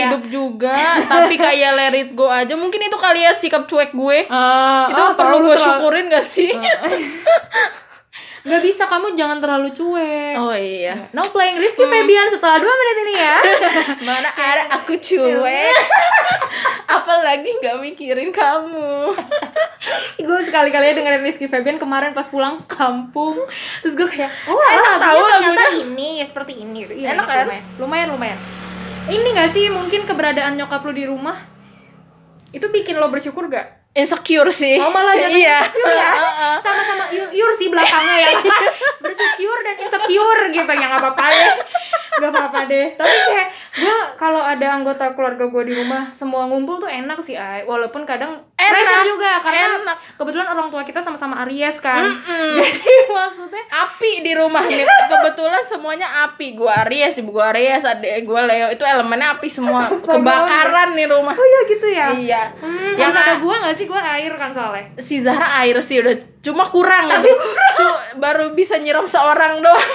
B: kayak-
C: hidup juga, tapi kayak let it go aja. Mungkin itu kali ya sikap cuek gue.
B: Ah,
C: itu Ah, perlu gue syukurin gak sih?
B: nggak bisa kamu jangan terlalu cuek
C: oh iya.
B: No playing Rizky Febian setelah 2 menit ini ya.
C: Mana ada aku cuek. Apalagi nggak mikirin kamu.
B: gue sekali-kali dengerin Rizky Febian kemarin pas pulang kampung. Terus gue kayak, oh enak
C: tahu
B: ternyata ini, seperti ini. gitu. Iya,
C: Enak
B: enak,
C: kan?
B: lumayan. lumayan, lumayan. Ini gak sih mungkin keberadaan nyokap lu di rumah? Itu bikin lo bersyukur gak?
C: Insecure sih.
B: Oh malah jadi
C: iya.
B: insecure ya? Sama-sama iur iur sih belakangnya ya Bersecure dan insecure gitu Ya gak apa-apa deh Gak apa-apa deh Tapi kayak gue kalau ada anggota keluarga gue di rumah Semua ngumpul tuh enak sih Ay Walaupun kadang
C: Enak,
B: pressure juga Karena
C: enak.
B: kebetulan orang tua kita sama-sama Aries kan
C: Mm-mm.
B: Jadi maksudnya
C: api di rumah nih kebetulan semuanya api gua Aries ibu gua Aries adek gua Leo itu elemennya api semua kebakaran nih rumah
B: Oh iya gitu ya
C: iya
B: Hmm, yang
C: Yang
B: ada
C: a-
B: gue gak sih? Gue air kan soalnya
C: si Zahra air sih udah cuma kurang gitu Cu- baru bisa nyiram seorang doang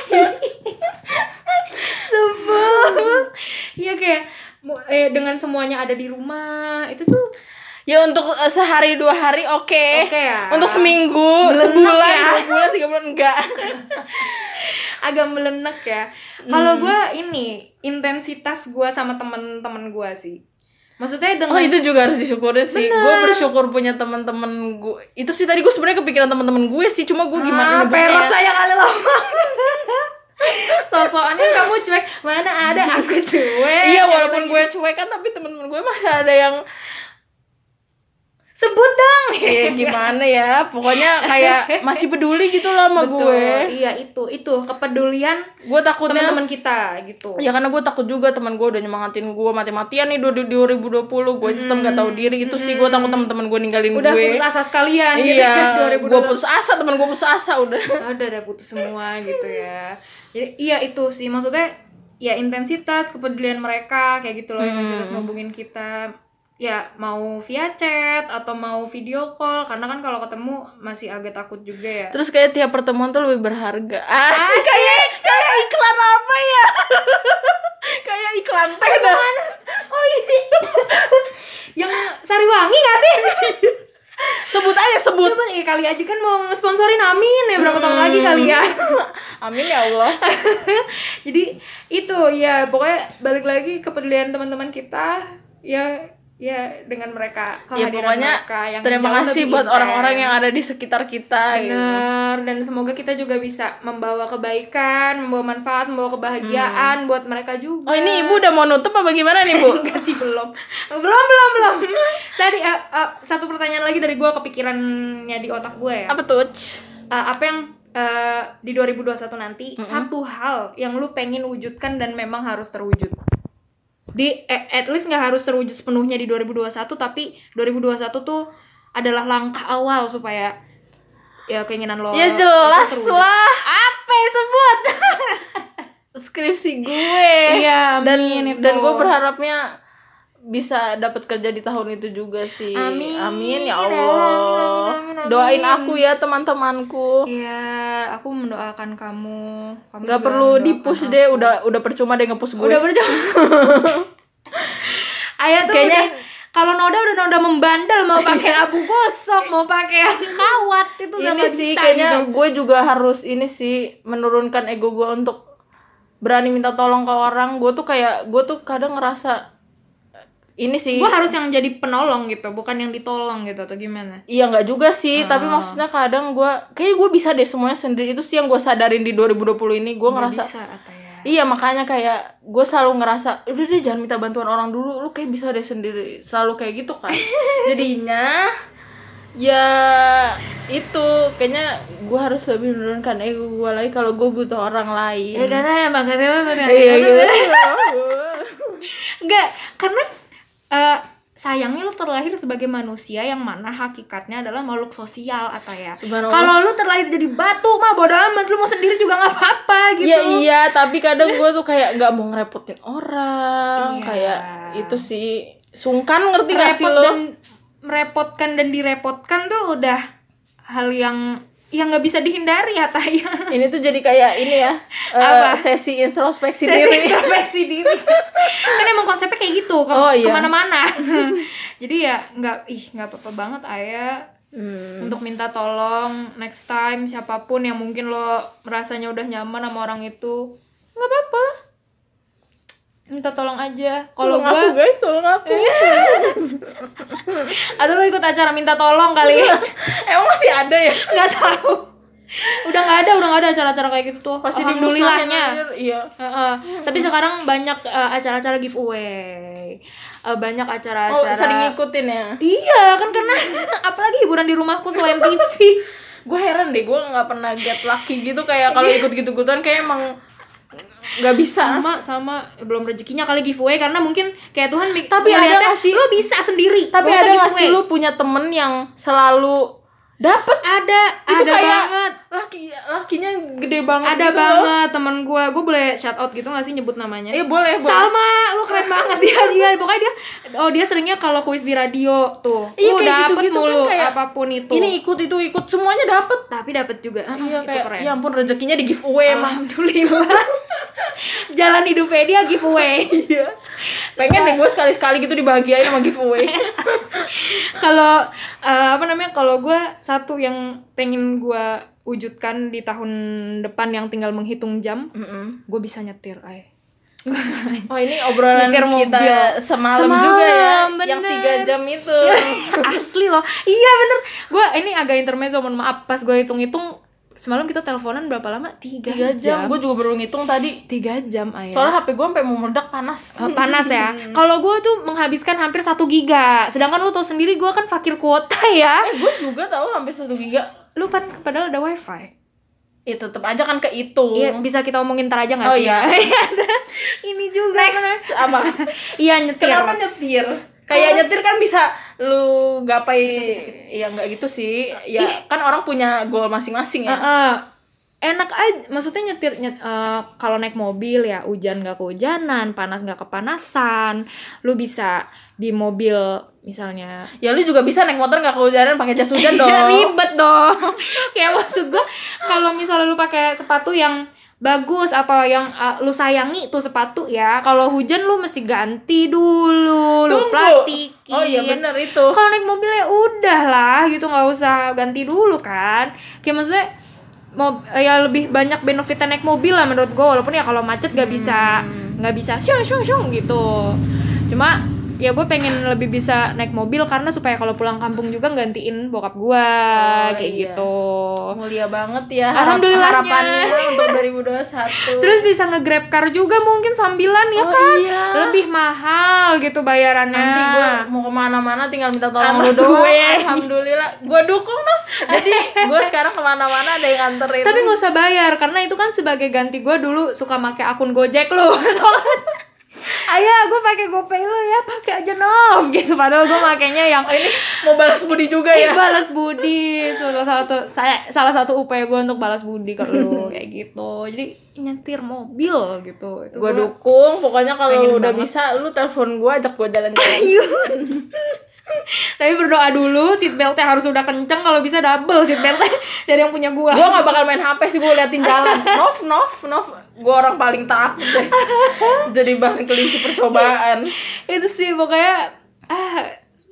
B: Sebel Iya kayak mu- eh, dengan semuanya ada di rumah itu tuh
C: ya untuk eh, sehari dua hari oke
B: Oke ya.
C: untuk seminggu
B: Belenak
C: sebulan
B: ya.
C: dua bulan tiga bulan enggak
B: agak melenek ya.
C: Hmm.
B: Kalau gua ini intensitas gua sama temen-temen gua sih. Maksudnya dengan
C: oh itu juga harus disyukurin sih gue bersyukur punya teman-teman gue itu sih tadi gue sebenarnya kepikiran teman-teman gue sih cuma gue gimana ya.
B: ah,
C: nyebutnya
B: peres
C: ya.
B: saya kali lo. Sosokannya kamu cuek mana ada aku cuek
C: Iya walaupun gue cuek kan tapi temen-temen gue masih ada yang
A: Sebut dong.
C: ya gimana ya pokoknya kayak masih peduli gitu loh sama
B: Betul,
C: gue.
B: iya itu itu kepedulian
C: Gue takutnya
B: teman-teman kita gitu
C: Ya karena gue takut juga teman gue udah nyemangatin gue mati-matian nih du- du- 2020 gue tetap gak tahu diri itu sih gue takut teman-teman gue ninggalin
B: udah
C: gue
B: putus asa sekalian gitu
C: iya
B: kan,
C: gue
B: 2020.
C: putus asa teman gue putus asa udah
B: udah udah putus semua gitu ya jadi iya itu sih maksudnya ya intensitas kepedulian mereka kayak gitu loh intensitas ngubungin kita ya mau via chat atau mau video call karena kan kalau ketemu masih agak takut juga ya
C: terus kayak tiap pertemuan tuh lebih berharga ah kayak kayak iklan apa ya kayak iklan teh dah
B: oh ini yang sari wangi gak sih
C: sebut aja sebut
B: Coba ya, kali aja kan mau sponsorin Amin ya berapa tahun lagi kali ya
C: amin ya allah
B: jadi itu ya pokoknya balik lagi kepedulian teman-teman kita ya ya dengan mereka
C: ya
B: kehadiran
C: pokoknya
B: mereka yang
C: terima
B: jauh
C: kasih
B: lebih ya.
C: buat
B: intens.
C: orang-orang yang ada di sekitar kita gitu.
B: benar dan semoga kita juga bisa membawa kebaikan membawa manfaat membawa kebahagiaan buat mereka juga
C: Hmm. oh ini ibu udah mau nutup apa gimana nih bu
B: Enggak sih belum belum belum belum tadi eh, eh, satu pertanyaan lagi dari gua kepikirannya di otak gue ya
C: apa tuh
B: Eh, apa yang eh, di 2021 nanti satu hal yang lu pengen wujudkan dan memang harus terwujud di eh, at least nggak harus terwujud sepenuhnya di 2021 tapi 2021 tuh adalah langkah awal supaya ya keinginan lo
C: Ya
B: itu
C: jelas
B: terwujud.
C: lah
B: apa yang sebut
C: skripsi gue.
B: Iya,
C: dan
B: amin itu.
C: dan gue berharapnya bisa dapat kerja di tahun itu juga sih.
B: Amin.
C: ya
B: Amin,
C: Allah.
B: amin, amin, amin.
C: Doain aku ya teman-temanku.
B: Iya, aku mendoakan kamu kamu juga
C: Gak perlu
B: mendoakan
C: di-push
B: aku.
C: deh, udah udah percuma deh nge-push gue.
B: udah berjuang Ayah tuh
C: Kayaknya- Iya.
B: udah- kalau noda udah noda membandel mau pakai abu gosok mau pakai yang kawat itu gak
C: ini
B: bisa
C: Iya sih kayaknya
B: gitu.
C: gue juga harus ini sih menurunkan ego gue untuk berani minta tolong ke orang. Gue tuh kayak gue tuh kadang ngerasa ini sih
B: gue harus yang jadi penolong gitu bukan yang ditolong gitu atau gimana
C: Iya nggak juga sih, tapi maksudnya kadang gue, kayaknya gue bisa deh semuanya sendiri itu sih yang gue sadarin di 2020 ini gue
B: Gak
C: ngerasa,
B: bisa ya. Ataya
C: iya makanya kayak gue selalu ngerasa, udah deh jangan minta bantuan orang dulu, lu kayak bisa deh sendiri, selalu kayak gitu kan, jadinya ya itu kayaknya gue harus lebih menurunkan ego gue lagi kalau gue butuh orang
B: ya
C: lain.
B: karena emang katanya katanya-
C: Iya
B: katanya-
C: gitu.
B: Enggak, karena eh, sayangnya lu terlahir sebagai manusia yang mana hakikatnya adalah makhluk sosial atau ya.
C: Subhanallah.
B: Kalau lu terlahir jadi batu mah bodo amat lu mau sendiri juga nggak apa-apa gitu.
C: Iya iya, tapi kadang gue tuh kayak nggak mau ngerepotin
B: Iya.
C: orang, kayak itu sih sungkan ngerti gak sih
B: Repot
C: lo?
B: dan merepotkan dan direpotkan tuh udah hal yang yang nggak bisa dihindari ya Taya.
C: Ini tuh jadi kayak ini ya, eh,
B: Apa?
C: sesi introspeksi
B: Sesi
C: diri.
B: introspeksi diri. kan emang konsepnya kayak gitu ke
C: Oh, iya.
B: kemana-mana. Jadi ya nggak ih nggak apa-apa banget ayah
C: Hmm.
B: untuk minta tolong next time siapapun yang mungkin lo merasanya udah nyaman sama orang itu nggak apa-apa lah minta tolong aja kalau Eh.
C: Tolong aku
B: gue
C: guys, tolong aku.
B: atau lo ikut acara minta tolong kali
C: Emang masih ada ya?
B: nggak tahu udah nggak ada udah nggak ada acara-acara kayak gitu tuh
C: Pasti
B: alhamdulillahnya
C: dimusnahin anjir, Iya.
B: Heeh. tapi sekarang banyak eh, acara-acara giveaway Eh, banyak
C: Oh,
B: acara-acara
C: sering ngikutin ya.
B: iya kan karena apalagi hiburan di rumahku selain TV
C: Gue heran deh, gue nggak pernah get lucky gitu kayak kalau ikut gitu-gituan kayak emang nggak bisa.
B: sama sama belum rezekinya kali giveaway karena mungkin kayak Tuhan mik-
C: Tapi ada
B: ngeliatnya,
C: nggak sih-
B: lo bisa sendiri
C: Tapi
B: nggak usah
C: ada nggak sih
B: giveaway."
C: lu punya temen yang selalu dapet
B: ada
C: itu
B: ada
C: kayak
B: banget
C: laki lakinya gede banget
B: ada
C: gitu loh.
B: banget teman gue gue boleh shout out gitu nggak sih nyebut namanya
C: Iya boleh, boleh.
B: Salma lu keren banget dia dia pokoknya dia oh dia seringnya kalau kuis di radio tuh
C: Iya,
B: Lu
C: kayak
B: dapet
C: gitu-gitu kan,
B: mulu
C: kayak
B: apapun itu
C: Ini ikut itu ikut semuanya dapet.
B: tapi dapat juga Ah,
C: Iya
B: itu
C: kayak
B: keren Ah.
C: ya ampun rezekinya di giveaway emang.
B: alhamdulillah jalan hidupnya dia giveaway
C: Iya. Pengen deh gue sekali-sekali gitu dibahagiain sama giveaway.
B: kalau eh, apa namanya kalau gue satu yang pengen gue wujudkan di tahun depan yang tinggal menghitung jam
C: Mm-mm.
B: gue bisa nyetir ay
C: Oh ini obrolan
B: Nyetir mobil.
C: kita semalam,
B: Semalam,
C: juga ya,
B: bener.
C: yang tiga jam itu.
B: Iya, asli loh iya bener gue ini agak intermezzo mohon maaf pas gue hitung hitung Semalam kita teleponan berapa lama? Tiga, Iya.
C: tiga jam,
B: Gua
C: gue juga baru ngitung tadi
B: tiga jam ayah.
C: soalnya hp gue sampai mau meledak panas
B: Eh, panas ya. Kalau gue tuh menghabiskan hampir satu giga. Sedangkan lu tau sendiri gue kan fakir kuota ya.
C: eh gue juga tahu hampir satu giga
B: Lu pan padahal ada wifi.
C: ya tetep aja kan kehitung
B: Iya bisa kita omongin ntar aja nggak
C: Oh,
B: sih?
C: iya.
B: Ini juga. bener.
C: apa
B: Iya nyetir.
C: kenapa nyetir kayak nyetir kan bisa lu gapai ya nggak gitu sih ya kan orang punya goal masing-masing ya
B: Heeh. Eh, enak aja maksudnya nyetir nyet- eh, kalau naik mobil ya hujan nggak kehujanan panas nggak kepanasan lu bisa di mobil misalnya
C: ya lu juga bisa naik motor nggak kehujanan pakai jas hujan dong
B: ribet dong kayak maksud gua kalau misalnya lu pakai sepatu yang bagus atau yang eh, lu sayangi tuh sepatu ya kalau hujan lu mesti ganti dulu lu
C: Tunggu.
B: plastikin
C: oh iya bener itu
B: kalau naik mobil ya udah lah gitu nggak usah ganti dulu kan kayak maksudnya mau ya lebih banyak benefitnya naik mobil lah menurut gue walaupun ya kalau macet gak bisa
C: Hmm.
B: nggak bisa syung syung syung gitu cuma ya gue pengen lebih bisa naik mobil karena supaya kalau pulang kampung juga gantiin bokap gue
C: Oh,
B: kayak
C: iya.
B: gitu
C: mulia banget ya
B: Alhamdulillahnya.
C: harapannya untuk 2021
B: terus bisa nge-grab car juga mungkin sambilan ya
C: Oh,
B: kan
C: iya.
B: lebih mahal gitu bayarannya
C: nanti gue mau kemana-mana tinggal minta tolong
B: Sama
C: lu doang
B: gue.
C: alhamdulillah gue dukung Nov jadi gue sekarang kemana-mana ada yang nganterin
B: tapi nggak usah bayar karena itu kan sebagai ganti gue dulu suka make akun Gojek lu Ayah, gue pakai GoPay lu ya, Oh, iya. pakai aja nom gitu. Padahal gue makainya yang
C: ini mau balas budi juga
B: Ih,
C: ya
B: balas budi. Salah satu saya salah satu upaya gue untuk balas budi ke lu kayak gitu. Jadi nyetir mobil gitu. Itu
C: gue
B: gua-
C: dukung pokoknya kalau
B: Pengen
C: udah
B: banget.
C: bisa lu telepon gue ajak gue jalan-jalan
B: Tapi berdoa dulu seat beltnya harus udah kenceng kalau bisa double seat beltnya dari yang punya gue.
C: gue gak bakal main hp sih gue liatin jalan Nov Nov Nov gue orang paling takut deh jadi bahan kelinci percobaan
B: itu sih pokoknya ah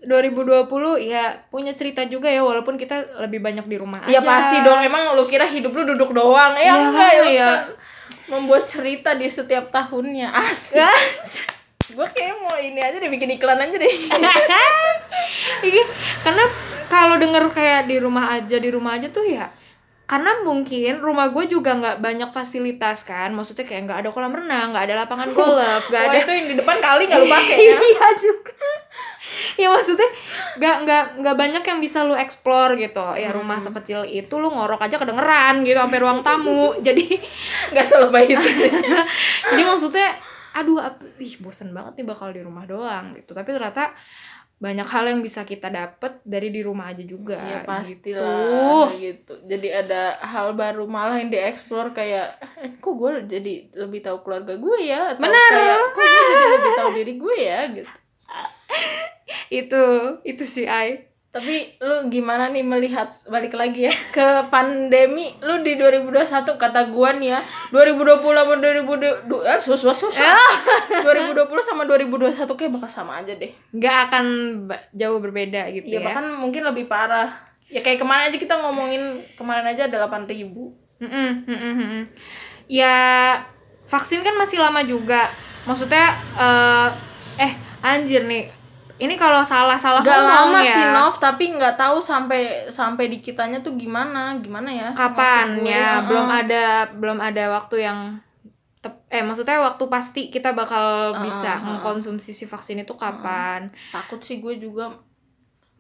B: 2020 ya punya cerita juga ya walaupun kita lebih banyak di rumah aja.
C: ya pasti dong emang lu kira hidup lu duduk doang ya,
B: Ya,
C: enggak ya, lu
B: iya.
C: kan membuat cerita di setiap tahunnya asik
B: Ya.
C: gue kayak mau ini aja deh bikin iklan aja deh
B: Iya, karena kalau denger kayak di rumah aja di rumah aja tuh ya karena mungkin rumah gue juga nggak banyak fasilitas kan maksudnya kayak nggak ada kolam renang nggak ada lapangan golf nggak
C: Wah
B: ada
C: itu yang di depan kali nggak lu pakai ya
B: iya juga ya maksudnya nggak nggak nggak banyak yang bisa lu explore gitu
C: Hmm.
B: ya rumah sekecil itu lu ngorok aja kedengeran gitu sampai ruang tamu jadi
C: nggak selebay itu sih
B: jadi maksudnya aduh ap- ih bosen banget nih bakal di rumah doang gitu tapi ternyata banyak hal yang bisa kita dapet dari di rumah aja juga gitu.
C: ya pastilah gitu. gitu jadi ada hal baru malah yang dieksplor kayak eh, kok gue jadi lebih tahu keluarga gue ya atau
B: Benar.
C: kayak kok gue jadi lebih tahu diri gue ya gitu
B: itu itu si Ai
C: tapi lu gimana nih melihat balik lagi ya ke pandemi lu di 2021 kata gua nih ya 2020 sama 2020 du- eh, sus, sus, sus, sus. 2020 sama 2021 kayak bakal sama aja deh
B: nggak akan ba- jauh berbeda gitu
C: Iya
B: ya,
C: bahkan mungkin lebih parah. Ya kayak kemarin aja kita ngomongin kemarin aja ada 8000 ribu.
B: Mm-mm, mm-mm, mm-mm. ya vaksin kan masih lama juga maksudnya eh, eh anjir nih ini kalau salah salah
C: Gak
B: ngomong
C: lama
B: ya.
C: sih Nov, tapi nggak tahu sampai sampai di kitanya tuh gimana, gimana ya?
B: kapan
C: Maksud gue,
B: ya
C: uh-uh.
B: belum ada belum ada waktu yang tep- eh maksudnya waktu pasti kita
C: Ah,
B: bakal bisa
C: heeh.
B: mengkonsumsi si vaksin itu kapan
C: Takut sih gue juga.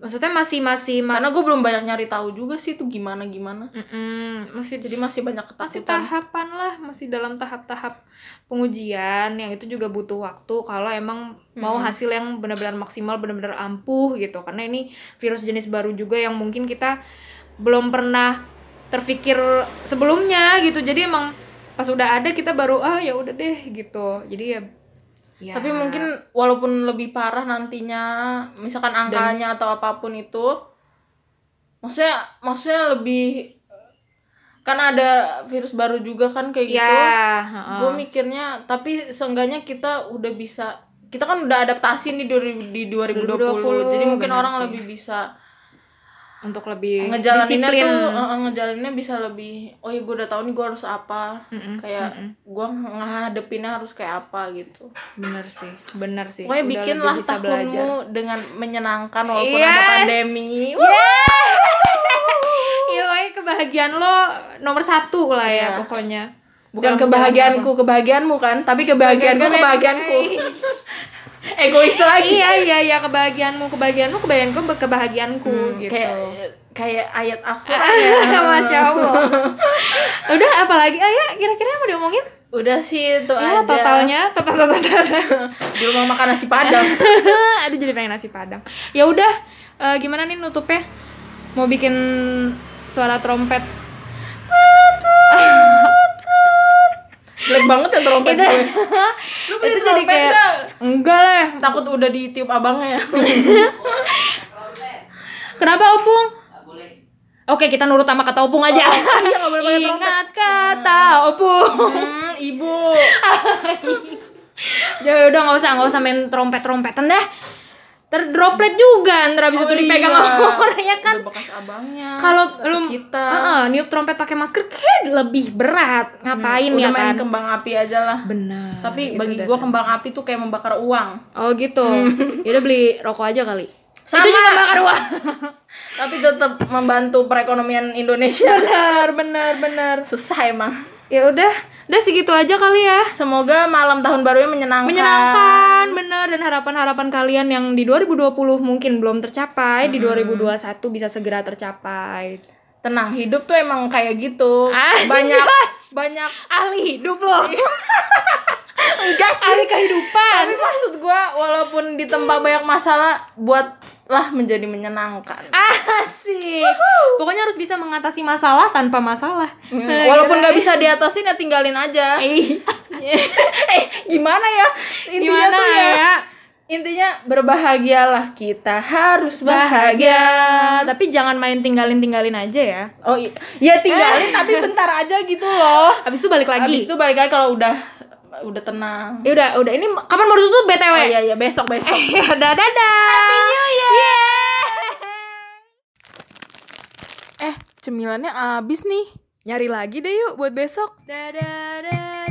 B: maksudnya masih masih ma-
C: Karena gue belum banyak nyari tahu juga sih itu gimana gimana.
B: Mm-mm, masih
C: Jadi masih banyak
B: masih
C: ketakutan.
B: tahapan lah masih dalam tahap-tahap pengujian yang itu juga butuh waktu kalau emang mau
C: Mm.
B: hasil yang benar-benar maksimal benar-benar ampuh gitu karena ini virus jenis baru juga yang mungkin kita belum pernah terpikir sebelumnya gitu jadi emang pas udah ada kita baru ah ya udah deh gitu jadi ya, ya
C: Tapi mungkin walaupun lebih parah nantinya, misalkan angkanya atau apapun itu, maksudnya maksudnya lebih kan ada virus baru juga kan kayak
B: ya
C: gitu.
B: heeh.
C: gue mikirnya tapi seenggaknya kita udah bisa kita kan udah adaptasi nih di, di 2020,
B: 2020,
C: jadi mungkin
B: benar
C: orang
B: sih.
C: lebih bisa
B: untuk lebih
C: ngejalaninnya
B: disiplin.
C: tuh eh, eh, ngejalaninnya bisa lebih oh ya gue udah tahu nih gue harus apa
B: Mm-mm,
C: kayak
B: mm-mm.
C: gue ngadepinnya harus kayak apa gitu
B: bener sih bener sih
C: pokoknya
B: Iya, Udah
C: bikinlah
B: lebih bisa
C: tahunmu dengan menyenangkan walaupun ada
B: Yes.
C: pandemi
B: Yeay! Ya, pokoknya kebahagiaan lo nomor satu lah ya
C: Iya.
B: pokoknya
C: Bukan
B: Dalam
C: kebahagiaanku, kebahagiaanmu kan, tapi kebahagiaanku kebahagiaanku. Egois lagi.
B: iya iya iya kebahagiaanmu kebahagiaanmu kebahagiaanku kebahagiaanku gitu
C: Hmm,
B: Ya,
C: Kayak kayak ayat aku.
B: Masya Allah Udah apalagi Ayah kira-kira yang mau diomongin?
C: Udah sih itu
B: Ya
C: aja.
B: totalnya total total total.
C: Di rumah makan nasi padang.
B: Aduh jadi pengen nasi padang Ya udah eh, gimana nih nutupnya? Mau bikin suara trompet
C: Jelek banget ya trompet
B: Itu-
C: gue. Lu beli
B: Itu jadi
C: trompet
B: kayak-
C: nggak?
B: Enggak lah
C: Takut udah ditiup abangnya ya.
B: Kenapa opung? Oke kita nurut sama kata opung aja
C: Iya nggak boleh pakai trompet.
B: Ingat kata opung
C: Hmm, ibu.
B: Ya udah nggak usah nggak usah main trompet trompetan dah. Ter droplet juga ntar abis
C: Oh,
B: itu dipegang
C: iya.
B: sama orang ya kan.
C: Udah bekas abangnya.
B: Kalau lu
C: kita.
B: Heeh, niup trompet pakai masker kayak lebih berat. Ngapain
C: udah
B: ya
C: main
B: kan?
C: kembang api aja lah.
B: Benar.
C: Tapi
B: itu
C: bagi
B: dah.
C: gua kembang api tuh kayak membakar uang.
B: Oh gitu.
C: Hmm.
B: Ya udah beli rokok aja kali.
C: Sama.
B: Itu juga bakar uang.
C: Tapi tetap membantu perekonomian Indonesia.
B: benar, benar, benar.
C: Susah emang.
B: Ya udah, udah segitu aja kali ya.
C: Semoga malam tahun barunya menyenangkan.
B: menyenangkan bener dan harapan-harapan kalian yang di 2020 mungkin belum tercapai di 2021 bisa segera tercapai
C: Tenang, hidup tuh emang kayak gitu.
B: Anjay.
C: Banyak banyak
B: ahli hidup lo enggak ahli kehidupan
C: Tapi maksud gua walaupun ditempa banyak masalah buatlah menjadi menyenangkan.
B: asik pokoknya harus bisa mengatasi masalah tanpa masalah
C: Hmm, Walaupun nggak bisa diatasin ya tinggalin aja. eh, gimana ya? Intinya
B: gimana
C: tuh ya,
B: ya
C: intinya berbahagialah kita harus bahagia.
B: bahagia Eh, tapi jangan main tinggalin tinggalin aja ya
C: Oh, i- ya tinggalin tapi bentar aja gitu loh.
B: abis itu balik lagi
C: Habis itu balik lagi kalau udah udah tenang.
B: ya udah udah ini kapan mau ditutup btw
C: Oh iya iya besok besok.
B: ya udah dadah happy new year
C: Eh, cemilannya habis nih.
B: Nyari lagi deh yuk buat besok. Dadah, dadah,